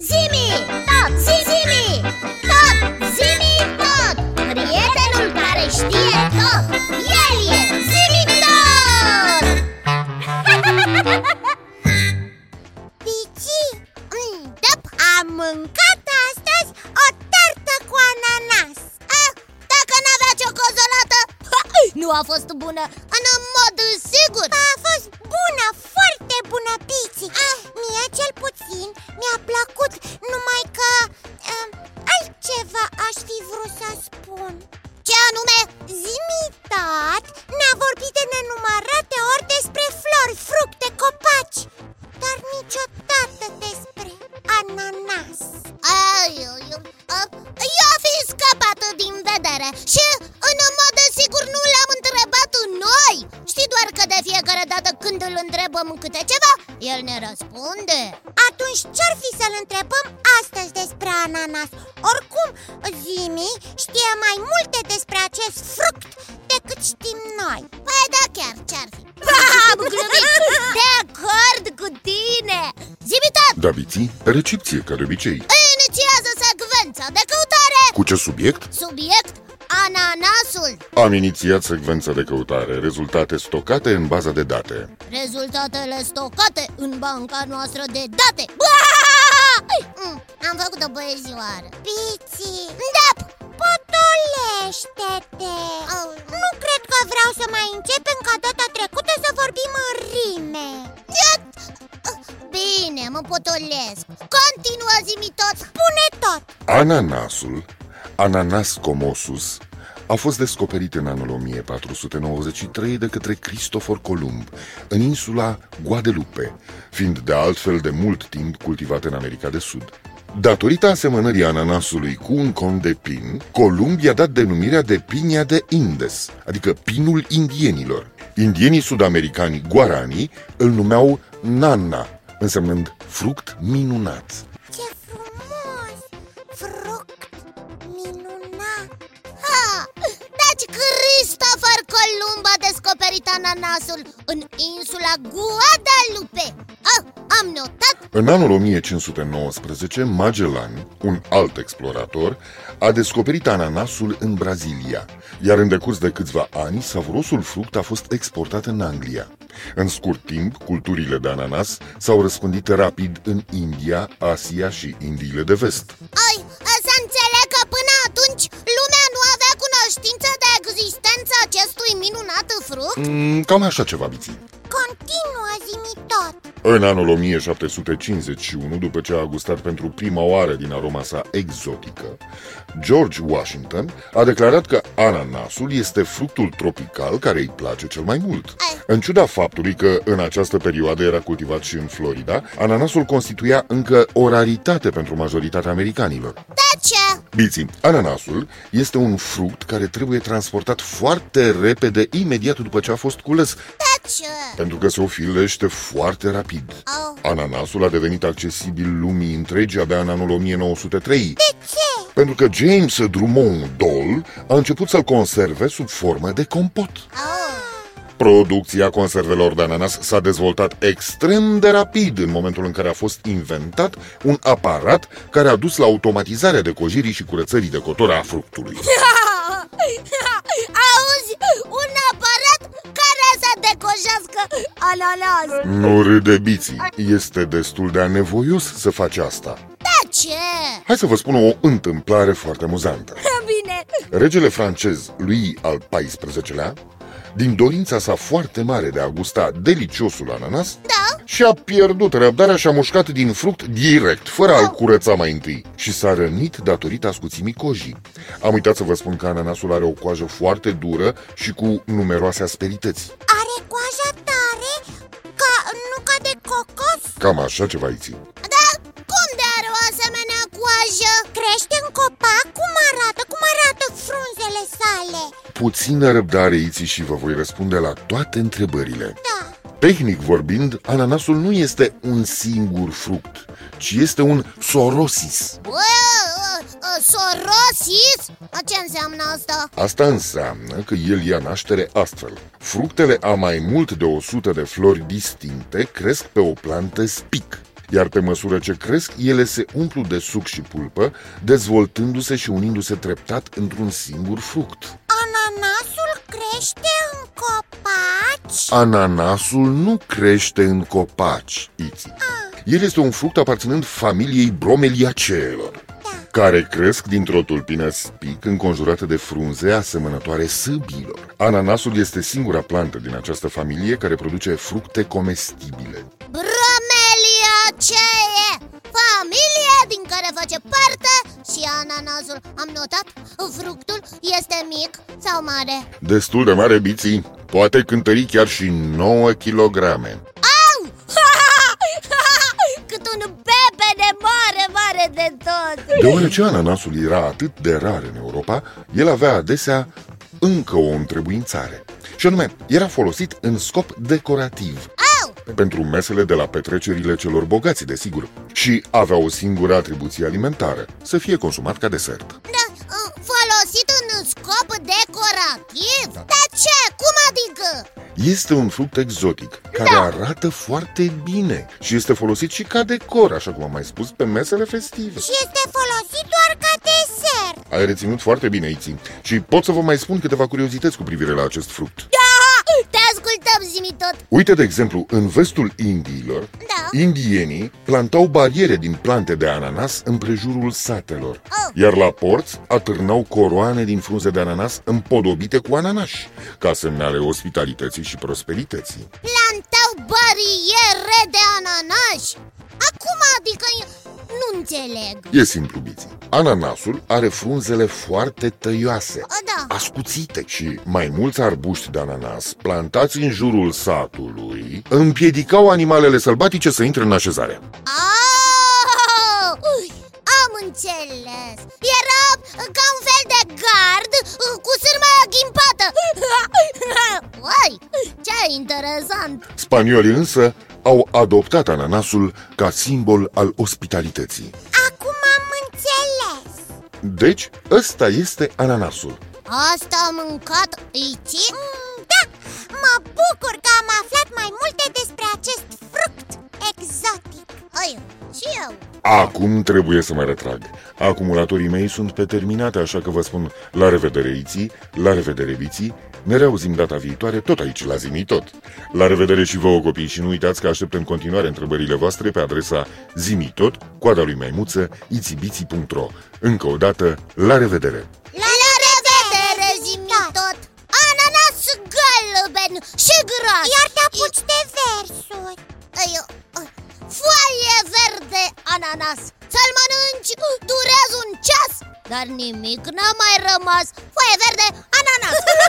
Zimi, tot, zimi, tot, zimi, tot Prietenul care știe tot, el e zimi tot Pici, Mm, am mâncat astăzi o tartă cu ananas ah, Dacă n-avea ciocolată, nu a fost bună în mod sigur A fost bună, foarte bună, Pici ah. Mie cel puțin mi-a plăcut, numai că um, altceva aș fi vrut să spun Ce anume? Zimitat ne-a vorbit de nenumărate ori despre flori, fructe, copaci Dar niciodată despre ananas Ai, ai, ai, eu a fi scăpat din vedere și în mod sigur nu l-am întrebat noi Știi doar că de fiecare dată când îl întrebăm câte ceva, el ne răspunde Atunci ce-ar fi să-l întrebăm astăzi despre ananas? Oricum, Zimi știe mai multe despre acest fruct decât știm noi Păi da chiar, ce-ar fi? Am glumit, de acord cu tine Zimitat, Daviții, recepție ca de obicei. inițiază secvența de căutare Cu ce subiect? Subiect, ananasul Am inițiat secvența de căutare, rezultate stocate în baza de date. Rezultatele stocate în banca noastră de date Baa! Mm, Am făcut o băiețioară Pici, Da, potolește-te Au. Nu cred că vreau să mai începem ca data trecută să vorbim în rime Da. Bine, mă potolesc Continuă zi tot Pune tot Ananasul, Ananas comosus, a fost descoperit în anul 1493 de către Cristofor Columb, în insula Guadelupe, fiind de altfel de mult timp cultivat în America de Sud. Datorită asemănării ananasului cu un con de pin, Columb i-a dat denumirea de pinia de Indes, adică pinul indienilor. Indienii sudamericani guarani îl numeau nana, însemnând fruct minunat. Ce frumos! Fruct minunat! Ha! Deci Cristofor Columb a descoperit ananasul în insula Guadalupe ah, Am notat În anul 1519, Magellan, un alt explorator, a descoperit ananasul în Brazilia, iar în decurs de câțiva ani, savurosul fruct a fost exportat în Anglia. În scurt timp, culturile de ananas s-au răspândit rapid în India, Asia și Indiile de vest. Ai, să înțeleg că până atunci lumea nu avea cunoștință de existența acestui minunat fruct? Mm, cam așa ceva, biții. Continuă, Zimi tot În anul 1751, după ce a gustat pentru prima oară din aroma sa exotică, George Washington a declarat că ananasul este fructul tropical care îi place cel mai mult. În ciuda faptului că în această perioadă era cultivat și în Florida, ananasul constituia încă o raritate pentru majoritatea americanilor. De ce? Biții, ananasul este un fruct care trebuie transportat foarte repede imediat după ce a fost cules, De ce? pentru că se ofilește foarte rapid. Oh. Ananasul a devenit accesibil lumii întregi abia în anul 1903, De ce? pentru că James Drummond Doll a început să-l conserve sub formă de compot. Oh. Producția conservelor de ananas s-a dezvoltat extrem de rapid în momentul în care a fost inventat un aparat care a dus la automatizarea decojirii și curățării de cotora a fructului. Auzi, un aparat care să decojească ananas Nu râde biții, este destul de anevoios să faci asta. De Da, ce? Hai să vă spun o întâmplare foarte amuzantă. Bine Regele francez lui al XIV-lea, din dorința sa foarte mare de a gusta deliciosul ananas, Da? și-a pierdut răbdarea și a mușcat din fruct direct, fără a-l curăța mai întâi. Și s-a rănit datorită ascuțimii cojii. Am uitat să vă spun că ananasul are o coajă foarte dură și cu numeroase asperități. Are coaja tare ca nu ca de cocos? Da, Cam așa ceva îi țin. Dar cum de are o asemenea coajă? Crește în copac? Cum arată? Cum arată frunzele sale? Puțină răbdare, Iți, și vă voi răspunde la toate întrebările. Da, Tehnic vorbind, ananasul nu este un singur fruct, ci este un sorosis. Bă, ă, ă, sorosis? Ce înseamnă asta? Asta înseamnă că el ia naștere astfel. Fructele a mai mult de 100 de flori distincte cresc pe o plantă spic, iar pe măsură ce cresc, ele se umplu de suc și pulpă, dezvoltându-se și unindu-se treptat într-un singur fruct. Ananasul crește în copaci? Ananasul nu crește în copaci, Iți. El este un fruct aparținând familiei bromeliaceelor, care cresc dintr-o tulpină spic înconjurată de frunze asemănătoare sâbilor. Ananasul este singura plantă din această familie care produce fructe comestibile. Bromeliaceae Familia din care face parte și ananasul Am notat, fructul este mic sau mare Destul de mare biții, poate cântări chiar și 9 kg. Au! Cât un bebene mare, mare de tot Deoarece ananasul era atât de rar în Europa, el avea adesea încă o întrebuințare. Și anume, era folosit în scop decorativ, Au! pentru mesele de la petrecerile celor bogați, desigur, și avea o singură atribuție alimentară, să fie consumat ca desert. Da, folosit în scop decorativ? Dar ce? Cum adică? Este un fruct exotic, care Da. arată foarte bine și este folosit și ca decor, așa cum am mai spus, pe mesele festive. Și este folosit doar ca desert Ai reținut foarte bine, Iții, și pot să vă mai spun câteva curiozități cu privire la acest fruct. Te ascultăm, zimi tot Uite, de exemplu, în vestul Indiilor, Da. indienii plantau bariere din plante de ananas în prejurul satelor, Oh. iar la porți atârnau coroane din frunze de ananas împodobite cu ananași, ca semnale ospitalității și prosperității. Plantau bariere de ananaș Acum adică nu înțeleg E simplu, biții. Ananasul are frunzele foarte tăioase, A, Da, ascuțite și mai mulți arbuști de ananas plantați în jurul satului împiedicau animalele sălbatice să intre în așezare. Au! Oh! Am înțeles Era ca un fel de gard uh, cu sârma ghimpată Uai, ce interesant Spaniolii însă au adoptat ananasul ca simbol al ospitalității. Acum am înțeles Deci, ăsta este ananasul. Asta am mâncat Ici? Mm, Da, mă bucur că am aflat mai multe despre acest fruct exotic Ai, și eu Acum trebuie să mă retrag. Acumulatorii mei sunt pe terminate, așa că vă spun la revedere, Iții, la revedere, Biții, ne reauzim data viitoare, tot aici, la zimii tot. La revedere și vouă, copii, și nu uitați că aștept în continuare întrebările voastre pe adresa zimii tot, coada lui maimuță, itibiții.ro. Încă o dată, la revedere! La, la revedere, zimi tot Ananas galben și gras Iar te apuci de versuri Ai, ai, Foaie verde ananas Să-l mănânci, durează un ceas Dar nimic n-a mai rămas Foaie verde ananas